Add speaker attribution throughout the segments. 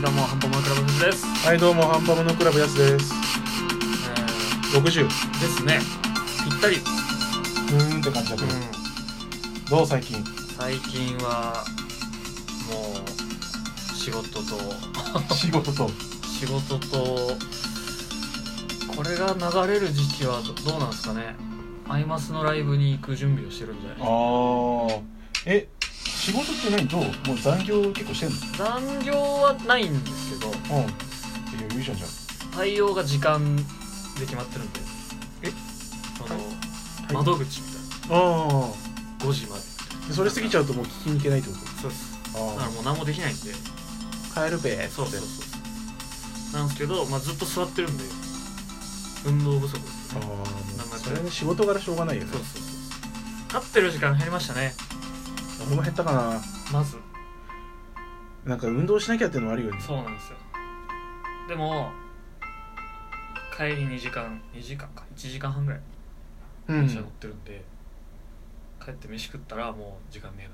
Speaker 1: どうも、ハンパモノクラブ藤です。
Speaker 2: はいどうもハンパムのクラブやすです
Speaker 1: えー
Speaker 2: 60う
Speaker 1: ですね。ぴったり。
Speaker 2: ーんって感じだけど、どう最 近
Speaker 1: 最近は、もう、仕事と、
Speaker 2: 仕事と
Speaker 1: 仕事と、これが流れる時期はどどうなんですかね。アイマスのライブに行く準備をしてるんじゃない
Speaker 2: ああえ仕事って何どうもう残業結構してんの
Speaker 1: 残業はないんですけど、
Speaker 2: うんいやいいじゃんじゃん
Speaker 1: 対応が時間で決まってるんで。
Speaker 2: え
Speaker 1: そ
Speaker 2: は
Speaker 1: の、
Speaker 2: はい
Speaker 1: 窓口みたい
Speaker 2: あ
Speaker 1: な。5時まで。
Speaker 2: あそれ過ぎちゃうともう聞きに行けないってこ
Speaker 1: そうです。
Speaker 2: と
Speaker 1: だからもう何もできないんで。
Speaker 2: あ帰るべ
Speaker 1: そうそうそうそうなんですけど、まあ、ずっと座ってるんで運動不足です
Speaker 2: あ
Speaker 1: ね
Speaker 2: あもうそれね仕事柄しょうがないよね
Speaker 1: そうそうそう立ってる時間減りましたね
Speaker 2: 俺も減ったかな
Speaker 1: まず
Speaker 2: なんか運動しなきゃってのもあるよね
Speaker 1: そうなんですよでも帰り2時間2時間か1時間半ぐらい
Speaker 2: うん
Speaker 1: 電車乗ってるんで、帰って飯食ったらもう時間ね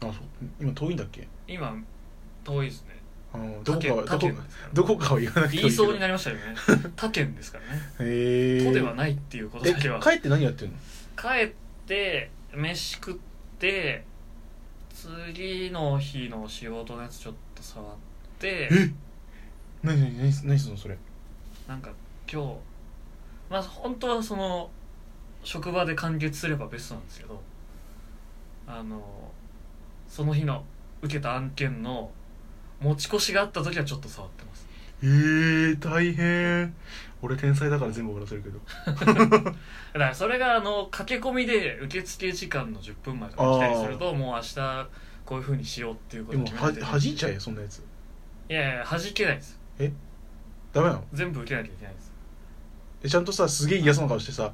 Speaker 1: えなみたいな
Speaker 2: あそう今遠いんだっけ
Speaker 1: 今遠いですね
Speaker 2: あのどこかは
Speaker 1: 他
Speaker 2: どこ
Speaker 1: 県
Speaker 2: か
Speaker 1: ですから
Speaker 2: どこかは言わなくて
Speaker 1: 言いそうになり
Speaker 2: る
Speaker 1: ましたよね他県ですからね
Speaker 2: へえ
Speaker 1: 都ではないっていうこと
Speaker 2: え
Speaker 1: だけは
Speaker 2: 帰って何やってんの
Speaker 1: 帰って飯食って次の日の仕事のやつちょっと触って
Speaker 2: え何何何何すんのそれ
Speaker 1: なんか今日まあ本当はその職場で完結すればベストなんですけどあのその日の受けた案件の持ち越しがあった時はちょっと触ってます
Speaker 2: えー、大変俺天才だから全部終わらせるけど
Speaker 1: だからそれがあの駆け込みで受付時間の10分前とか来たりするともう明日こういうふうにしようっていうこ
Speaker 2: で
Speaker 1: とを
Speaker 2: も
Speaker 1: 決め
Speaker 2: は
Speaker 1: て
Speaker 2: はじいちゃえよそんなやつ
Speaker 1: いやいや弾けないです
Speaker 2: ダメなの
Speaker 1: 全部受けなきゃいけないんです
Speaker 2: えちゃんとさすげえ嫌そうな顔してさ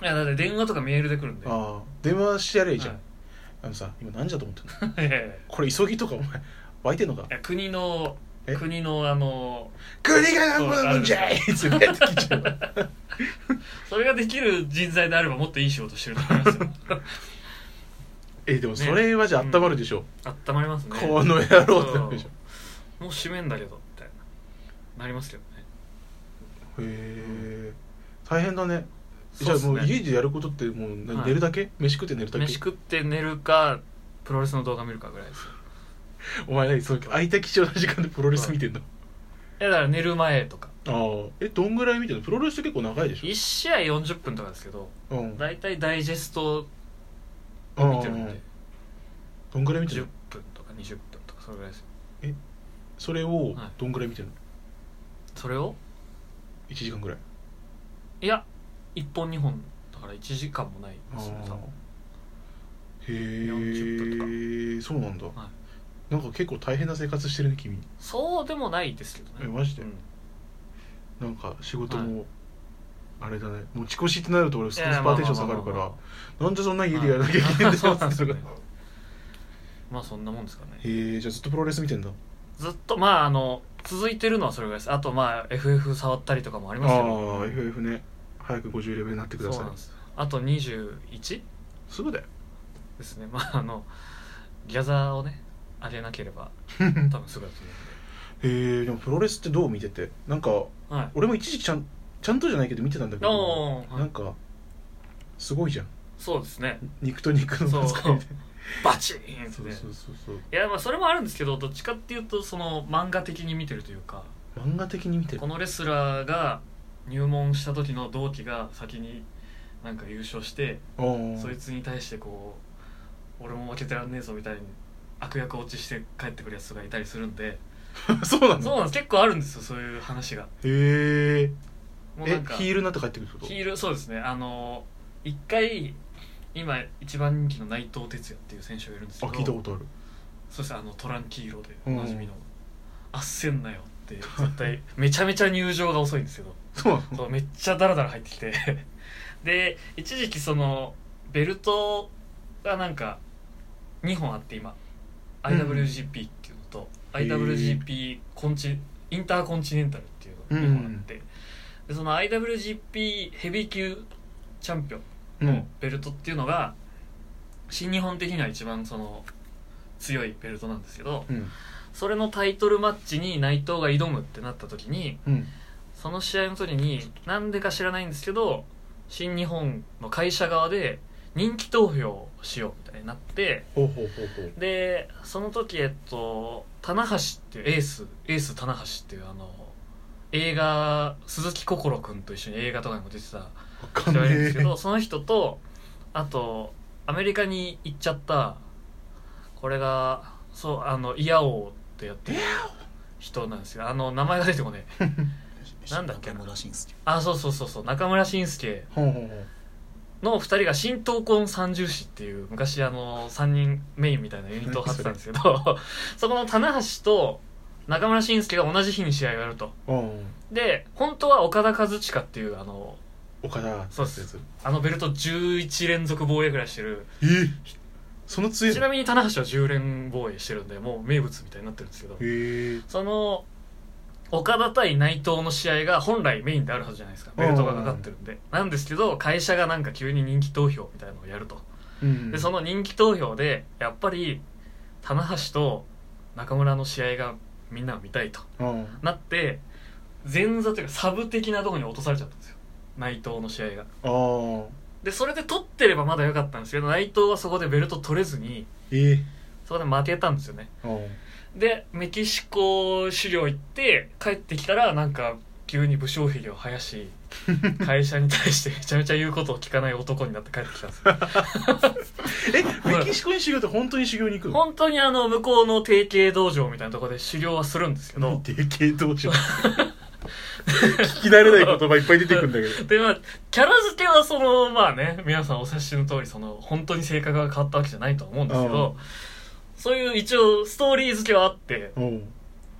Speaker 1: いやだって電話とかメールで来るんでは
Speaker 2: あー電話してやればい
Speaker 1: い
Speaker 2: いじゃん、あのさ今何時だと思ってんの
Speaker 1: いやいやい
Speaker 2: これ急ぎとかお前湧いてん のか
Speaker 1: や国の
Speaker 2: え
Speaker 1: 国のあの
Speaker 2: 国が何分じゃいつぶやいてきちゃうの
Speaker 1: それができる人材であればもっといい仕事してると思い ますよ
Speaker 2: えでもそれはじゃあ温まるでしょ、
Speaker 1: 温まりますね
Speaker 2: この野郎ってなるでしょ
Speaker 1: もう閉めんだけどみたいななりますけどね
Speaker 2: へえ大変だねじ
Speaker 1: そ
Speaker 2: ゃ
Speaker 1: う
Speaker 2: あ
Speaker 1: です
Speaker 2: もう
Speaker 1: ね
Speaker 2: 家でやることってもう何
Speaker 1: はい
Speaker 2: 寝るだけ、飯食って寝るだけ
Speaker 1: 飯食って寝るかプロレスの動画見るかぐらいですよ
Speaker 2: お前何その空いた貴重な時間でプロレス見てんの
Speaker 1: いやだから寝る前とか
Speaker 2: ああえどんぐらい見てるのプロレスって結構長いでし
Speaker 1: 1試合40分とかですけど
Speaker 2: ょうん
Speaker 1: 大体ダイジェスト
Speaker 2: う
Speaker 1: を
Speaker 2: ん
Speaker 1: 見てるんで
Speaker 2: どんぐらい見て
Speaker 1: 10
Speaker 2: るの
Speaker 1: 分とか20分とかそれぐらいですよ
Speaker 2: それを
Speaker 1: はい
Speaker 2: どんぐらい見てるの
Speaker 1: それを
Speaker 2: 1時間ぐらい
Speaker 1: いや1本2本だから1時間もないですね
Speaker 2: あー
Speaker 1: 多分
Speaker 2: へえ
Speaker 1: 40
Speaker 2: そうなんだ、
Speaker 1: は
Speaker 2: なんか結構大変な生活してるね君
Speaker 1: そうでもないですけ
Speaker 2: え
Speaker 1: どね
Speaker 2: マジで、
Speaker 1: うん
Speaker 2: なんか仕事も、あれだね持ち越しってなると俺スパーテンション下がるか
Speaker 1: いやまあまあまあ
Speaker 2: ら
Speaker 1: ま
Speaker 2: なんでそんな家でやらなきゃいけないんだよ
Speaker 1: そうなんですよね
Speaker 2: へ
Speaker 1: まあそんなもんですかね
Speaker 2: えじゃあずっとプロレス見てんだ
Speaker 1: ずっとまああの続いてるのはそれぐらいですあとまあ FF 触ったりとかもあり
Speaker 2: あ
Speaker 1: ま
Speaker 2: あ
Speaker 1: すけど
Speaker 2: ー FF ね早く50レベルになってくだ
Speaker 1: そう
Speaker 2: さい
Speaker 1: なんですよあと21
Speaker 2: すぐだよ
Speaker 1: ですねまああのギャザーをね上げなけれ ば多分すぐだと思
Speaker 2: へえでもプロレスってどう見ててなんか
Speaker 1: うんではい
Speaker 2: 俺も一時期ちゃんちゃんとじゃないけど見てたんだけど
Speaker 1: おー
Speaker 2: な
Speaker 1: はい
Speaker 2: んかすごいじゃん
Speaker 1: そうですね
Speaker 2: 肉と肉
Speaker 1: そ
Speaker 2: の
Speaker 1: う
Speaker 2: 扱いで
Speaker 1: バチーンって
Speaker 2: そう
Speaker 1: ね
Speaker 2: そうそうそう
Speaker 1: いやまあそれもあるんですけどどっちかっていうとその漫画的に見てるというか
Speaker 2: 漫画的に見てる
Speaker 1: このレスラーが入門した時の同期が先になんか優勝して、
Speaker 2: お
Speaker 1: そいつに対してこう俺も負けてらんねえぞみたいに悪役落ちして帰ってくるやつがいたりするんで、
Speaker 2: そうな
Speaker 1: そう
Speaker 2: の
Speaker 1: なんです結構あるんですよそういう話が
Speaker 2: へえ
Speaker 1: もうな
Speaker 2: え
Speaker 1: んか
Speaker 2: ヒールになって帰ってくるってこと
Speaker 1: ヒールそうですねあの一回今一番人気の内藤哲也っていう選手がいるんですけ
Speaker 2: あ
Speaker 1: ど
Speaker 2: 聞いたことある
Speaker 1: そうですねあのトランキーロでおなじみの「あっせんなよ」って絶対めちゃめちゃ入場が遅いんですけど
Speaker 2: そうなの
Speaker 1: そうめっちゃダラダラ入ってき てで一時期そのベルトがなんか2本あって今
Speaker 2: うん
Speaker 1: IWGP っていうのと、
Speaker 2: へー
Speaker 1: IWGP コンチインターコンチネンタルっていうのが2本あって、でその IWGP ヘビー級チャンピオン
Speaker 2: うん
Speaker 1: ベルトっていうのが新日本的には一番その強いベルトなんですけど
Speaker 2: うん
Speaker 1: それのタイトルマッチに内藤が挑むってなった時に
Speaker 2: うん
Speaker 1: その試合の時になんでか知らないんですけど新日本の会社側で人気投票をしようみたいになって
Speaker 2: ほうほうほうほう
Speaker 1: でその時えっと棚橋っていうエースエース棚橋っていうあの映画鈴木心君と一緒に映画とかにも出てた
Speaker 2: わかん
Speaker 1: 人
Speaker 2: ね
Speaker 1: がいるんですけ
Speaker 2: え
Speaker 1: どその人とあとアメリカに行っちゃったこれがそうあのイヤオーってやってる人なんですよあの名前が出てこねえなんだっけな
Speaker 3: 中村慎介
Speaker 1: あそうそうそうそう中村信介
Speaker 2: ほうほうほう
Speaker 1: の2人が新闘魂三重士っていう昔あの3人メインみたいなユニットを張ってたんですけどそこの棚橋と中村信介が同じ日に試合をやると
Speaker 2: うん
Speaker 1: で本当は岡田和親っていうあの
Speaker 2: 岡田
Speaker 1: そうっすあのベルト11連続防衛ぐらいしてる
Speaker 2: えその強 い
Speaker 1: ちなみに棚橋は10連防衛してるんでもう名物みたいになってるんですけど
Speaker 2: え
Speaker 1: その岡田対内藤の試合が本来メインであるはずじゃないですかベルトがかかってるんでなんですけど会社がなんか急に人気投票みたいなのをやると
Speaker 2: うん
Speaker 1: でその人気投票でやっぱり棚橋と中村の試合がみんな見たいと
Speaker 2: うん
Speaker 1: なって前座というかサブ的なとこに落とされちゃったんですよ内藤の試合が
Speaker 2: ああ
Speaker 1: でそれで取ってればまだ良かったんですけど内藤はそこでベルト取れずに
Speaker 2: え
Speaker 1: そこで負けたんですよね
Speaker 2: あー
Speaker 1: でメキシコ狩猟行って帰ってきたらなんか急に武将髭を生や し会社に対してめちゃめちゃ言うことを聞かない男になって帰ってきたんです よ
Speaker 2: えメキシコに修行って本当に修行に行くの
Speaker 1: 本当にあの向こうの定型道場みたいなところで狩猟はするんですけど
Speaker 2: でけえ道場聞き慣れない言葉いっぱい出てくるんだけど
Speaker 1: でまあキャラ付けはそのまあね皆さんお察しの通りその本当に性格が変わったわけじゃないとは思うんですけどそういう一応ストーリー付けはあって
Speaker 2: うん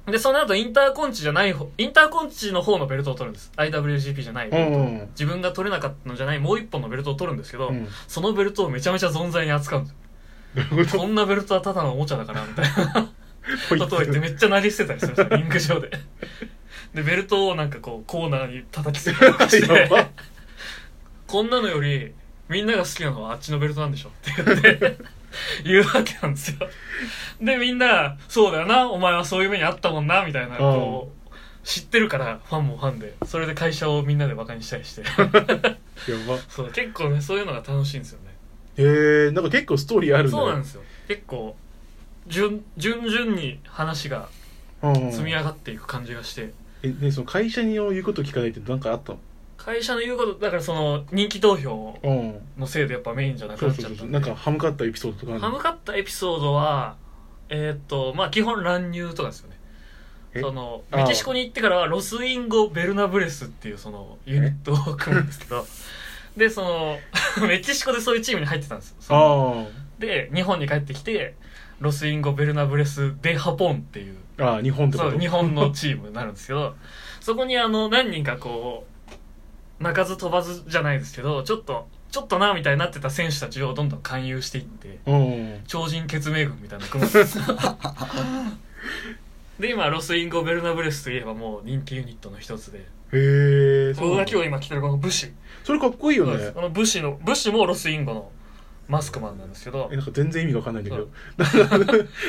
Speaker 1: でその後インターコンチじゃない方インターコンチの方のベルトを取るんです IWGP じゃないベル
Speaker 2: う
Speaker 1: トを
Speaker 2: ん
Speaker 1: 自分が取れなかったのじゃないもう一本のベルトを取るんですけど、
Speaker 2: うん
Speaker 1: そのベルトをめちゃめちゃ存在に扱うんです
Speaker 2: なる
Speaker 1: よ
Speaker 2: ほ
Speaker 1: こんなベルトはただのおもちゃだからみたいな
Speaker 2: ど
Speaker 1: ことを言ってめっちゃ投げ捨てたりするんですよリング上ででベルトをなんかこうコーナーに叩きつけたりとかし
Speaker 2: やば
Speaker 1: てこんなのよりみんなが好きなのはあっちのベルトなんでしょって言って 言うわけなんですよでみんなそうだよなお前はそういう目にあったもんなみたいなこう知ってるからファンもファンでそれで会社をみんなでバカにしたりして
Speaker 2: やば
Speaker 1: そう結構ねそういうのが楽しいんですよね
Speaker 2: えー、なんか結構ストーリーあるんだ
Speaker 1: そうなんですすよ結構順順々に話が積み上がっていく感じがして、
Speaker 2: えねその会社に言うこと聞かないって何かあったの
Speaker 1: 会社の言うことだからその人気投票
Speaker 2: うん
Speaker 1: のせいでやっぱメインじゃなく
Speaker 2: そ
Speaker 1: なっ
Speaker 2: うそう
Speaker 1: ちゃっ
Speaker 2: そう
Speaker 1: た
Speaker 2: そうんな
Speaker 1: で
Speaker 2: んか歯向かったエピソードとかある
Speaker 1: 歯
Speaker 2: の
Speaker 1: 向かったエピソードはえーっとまあ基本乱入とかですよね
Speaker 2: え
Speaker 1: その
Speaker 2: あー
Speaker 1: メキシコに行ってからはロスインゴ・ベルナブレスっていうそのユニットを組むんですけどでその メキシコでそういうチームに入ってたんですよその
Speaker 2: あ
Speaker 1: で日本に帰ってきてロスインゴ・ベルナブレス・デ・ハポンっていう
Speaker 2: ーあー日本ってこ
Speaker 1: そ
Speaker 2: と
Speaker 1: う日本のチームになるんですけど そこにあの何人かこう鳴かず飛ばずじゃないですけどちょっとちょっとなみたいになってた選手たちをどんどん勧誘していって
Speaker 2: うん
Speaker 1: 超人決明軍みたいなの 組むんですよで今ロスインゴ・ベルナブレスといえばもう人気ユニットの一つで
Speaker 2: へえ
Speaker 1: 僕が今日今着てるこの武士
Speaker 2: それかっこいい
Speaker 1: そ
Speaker 2: よ
Speaker 1: う
Speaker 2: ね
Speaker 1: ですこの武士の武士もロスインゴのマスクマンなんですけど
Speaker 2: えなんか全然意味がわかんないんだけど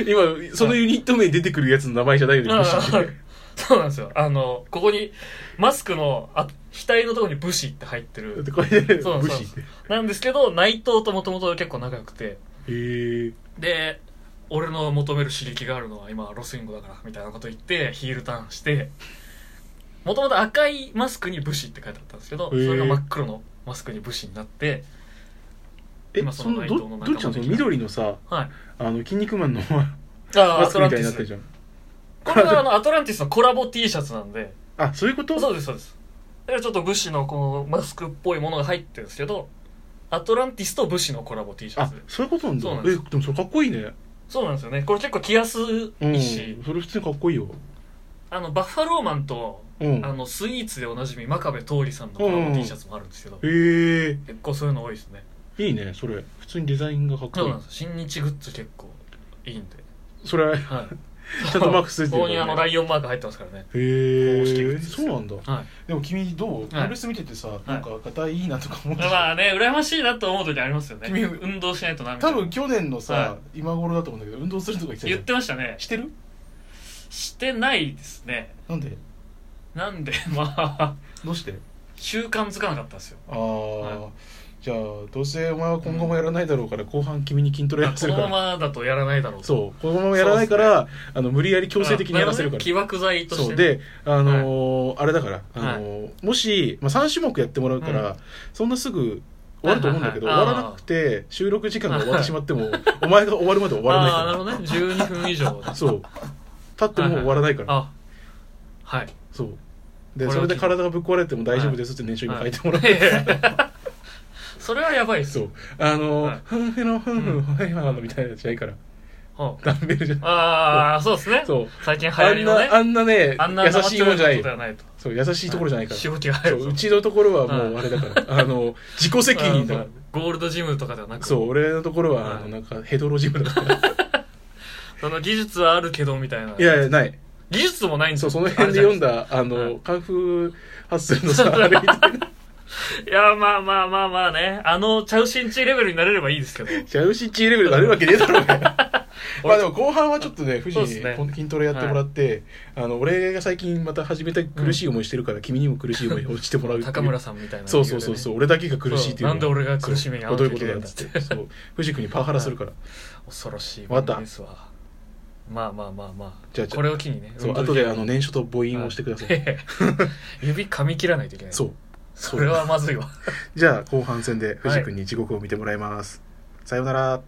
Speaker 2: 今そのユニット名に出てくるやつの名前じゃないよね
Speaker 1: あ
Speaker 2: 武士って
Speaker 1: ーそうなんですよあのここにマスクのあ額のところに武士って入って
Speaker 2: だっ
Speaker 1: る
Speaker 2: てこれで
Speaker 1: そう
Speaker 2: 武士ってへ
Speaker 1: なんですけど内藤ともともと結構仲良くて
Speaker 2: え
Speaker 1: で俺の求める刺激があるのは今ロスインゴだからみたいなこと言ってヒールターンしてもともと赤いマスクに武士って書いてあったんですけどそ
Speaker 2: へー
Speaker 1: れが真っ黒のマスクに武士になって
Speaker 2: え
Speaker 1: 今そ
Speaker 2: そ
Speaker 1: の
Speaker 2: の
Speaker 1: 内
Speaker 2: ど
Speaker 1: 藤の仲間
Speaker 2: どっちなのその緑のさ
Speaker 1: はい
Speaker 2: あの筋肉マンの
Speaker 1: あ
Speaker 2: マ
Speaker 1: ア
Speaker 2: スク
Speaker 1: トラ
Speaker 2: み
Speaker 1: ンテ
Speaker 2: た
Speaker 1: ィ
Speaker 2: いになってる
Speaker 1: ス
Speaker 2: じゃん
Speaker 1: これがあのアトランティスのコラボ T シャツなんで
Speaker 2: あそういうこと
Speaker 1: そうですそうですだからちょっと武士のこのマスクっぽいものが入ってるんですけどアトランティスと武士のコラボ T シャ
Speaker 2: あ
Speaker 1: ツ
Speaker 2: そういうことなんだ
Speaker 1: そうなん
Speaker 2: え
Speaker 1: です
Speaker 2: でもそれかっこいいね
Speaker 1: そうなんですよねこれ結構着やす
Speaker 2: う
Speaker 1: い
Speaker 2: ん
Speaker 1: し、
Speaker 2: それ普通にかっこいいよ
Speaker 1: あのバッファローマンと、
Speaker 2: うん
Speaker 1: あのスイーツでおなじみ真壁桃李さんのコラボ T シャツもあるんですけど、
Speaker 2: へえ
Speaker 1: 結構そういうの多いですね
Speaker 2: いいねそれ普通にデザインがかっこ
Speaker 1: そう
Speaker 2: いい
Speaker 1: なんです新日グッズ結構いいんで、
Speaker 2: それ
Speaker 1: はい、
Speaker 2: ちゃんとマークついてる
Speaker 1: ここにあのライオンマーク入ってますからね
Speaker 2: へ
Speaker 1: 公式グッ
Speaker 2: え
Speaker 1: ズです
Speaker 2: そうなんだ
Speaker 1: はい
Speaker 4: でも君どうプ
Speaker 1: はい
Speaker 4: ロレス見ててさ、なんか硬いいなとか思ってた、
Speaker 1: まあね羨ましいなと思う時ありますよね
Speaker 4: 君
Speaker 1: 運動しないとなみたい
Speaker 4: 多
Speaker 1: な
Speaker 4: 分去年のさ、
Speaker 1: は
Speaker 4: 今頃だと思うんだけど運動するとか言ってたじ
Speaker 1: 言
Speaker 4: ゃ
Speaker 1: っ
Speaker 4: ん
Speaker 1: てましたね
Speaker 4: してる
Speaker 1: してないですね
Speaker 2: なんで
Speaker 1: なんで まあ
Speaker 2: どうして
Speaker 1: 習慣づかなかったんですよ
Speaker 2: ああ、
Speaker 1: は
Speaker 2: じゃあどうせお前は今後もやらないだろうから、後半君に筋トレ
Speaker 1: あ
Speaker 2: やら
Speaker 1: こ
Speaker 2: せる
Speaker 1: の
Speaker 2: か
Speaker 1: まま
Speaker 2: ら
Speaker 1: だとやらないだろうと
Speaker 2: そうこのままやらないから、あの無理やり強制的にやらせるか
Speaker 1: あ
Speaker 2: ら
Speaker 1: 起爆剤とし
Speaker 2: そ
Speaker 1: て
Speaker 2: う
Speaker 1: ね
Speaker 2: であのーあれだから、あのーもし、まあ、3種目やってもらうから、
Speaker 1: うん
Speaker 2: そんなすぐ終わると思うんだけど、
Speaker 1: はいはいはい
Speaker 2: 終わらなくて収録時間が終わってしまってもお前が終わるまで終わら ない
Speaker 1: ああなる
Speaker 2: か
Speaker 1: ほどね12分以上だ
Speaker 2: らそう立っても終わらないから、
Speaker 1: あはい
Speaker 2: そうで
Speaker 1: これ
Speaker 2: そ
Speaker 1: を聞い
Speaker 2: れ
Speaker 1: て
Speaker 2: で体がぶっ壊れても大丈夫ですって念書に書いてもらう、
Speaker 1: はいそれはやばいです
Speaker 2: そ
Speaker 1: よ
Speaker 2: うあの
Speaker 1: はい
Speaker 2: ー「ふんふんのふんふ
Speaker 1: うん
Speaker 2: んはいはいはい」みたいなやつじゃないから
Speaker 1: は
Speaker 2: ダンベルじゃない
Speaker 1: ああーそうですね
Speaker 2: そう
Speaker 1: 最近流
Speaker 2: あ
Speaker 1: 行り
Speaker 2: ん
Speaker 1: のね
Speaker 2: なあんなね
Speaker 1: あんな
Speaker 2: 優しいもんじゃな
Speaker 1: 生強こ
Speaker 2: い
Speaker 1: とではないと
Speaker 2: そう優しいところじゃないから、
Speaker 1: しぶきが入
Speaker 2: そ
Speaker 1: る
Speaker 2: う
Speaker 1: と
Speaker 2: うちのところはもうあれだから、あの自己責任だ
Speaker 1: あ
Speaker 2: か
Speaker 1: ーゴールドジムとかではな
Speaker 2: ら
Speaker 1: く
Speaker 2: そう俺のところは、
Speaker 1: はい
Speaker 2: あのなんかヘドロジムだから
Speaker 1: その技術はあるけどみたいない
Speaker 2: やいやない
Speaker 1: 技術もないんです
Speaker 2: そう
Speaker 1: よ
Speaker 2: その辺で読ん
Speaker 1: あ
Speaker 2: だあの、
Speaker 1: はい
Speaker 2: カンフー発すのさあれみたいな
Speaker 1: れじゃないですかいやまあまあまあまあねあのチャウシンチーレベルになれればいいですけ ど
Speaker 2: ジャウシチーレベルになるわけねえだろ うねまあでも後半はちょっとね藤
Speaker 1: そう
Speaker 2: 井
Speaker 1: っす
Speaker 2: に
Speaker 1: ね
Speaker 2: こん筋トレやってもらって、あの俺が最近また始めた苦しい思いしてるから、君にも苦しい 思いをしてもらうっていう
Speaker 1: 高村さんみたいな理由でね、
Speaker 2: そうそうそうそう俺だけが苦しいっていうの
Speaker 1: そうなんで俺が苦しみに遭わ
Speaker 2: ど
Speaker 1: な
Speaker 2: う
Speaker 1: き
Speaker 2: い
Speaker 1: ゃ
Speaker 2: う
Speaker 1: いけないん
Speaker 2: ことだっ
Speaker 1: だっ
Speaker 2: つ
Speaker 1: て
Speaker 2: ってそう藤井君にパワハラするから、
Speaker 1: 恐ろしい
Speaker 2: わかった
Speaker 1: 番組ですわまあまあまあまあ
Speaker 2: じゃあじゃあ
Speaker 1: これを機にね
Speaker 2: そう
Speaker 1: 運動
Speaker 2: 後であ
Speaker 1: き
Speaker 2: の
Speaker 1: るよ
Speaker 2: 念書と母
Speaker 1: うに
Speaker 2: 音をしてください、
Speaker 1: はい 指噛み切らないといけない
Speaker 2: そう
Speaker 1: それはまずいわ
Speaker 2: じゃあ後半戦で藤井君に地獄を見てもらいます、さようなら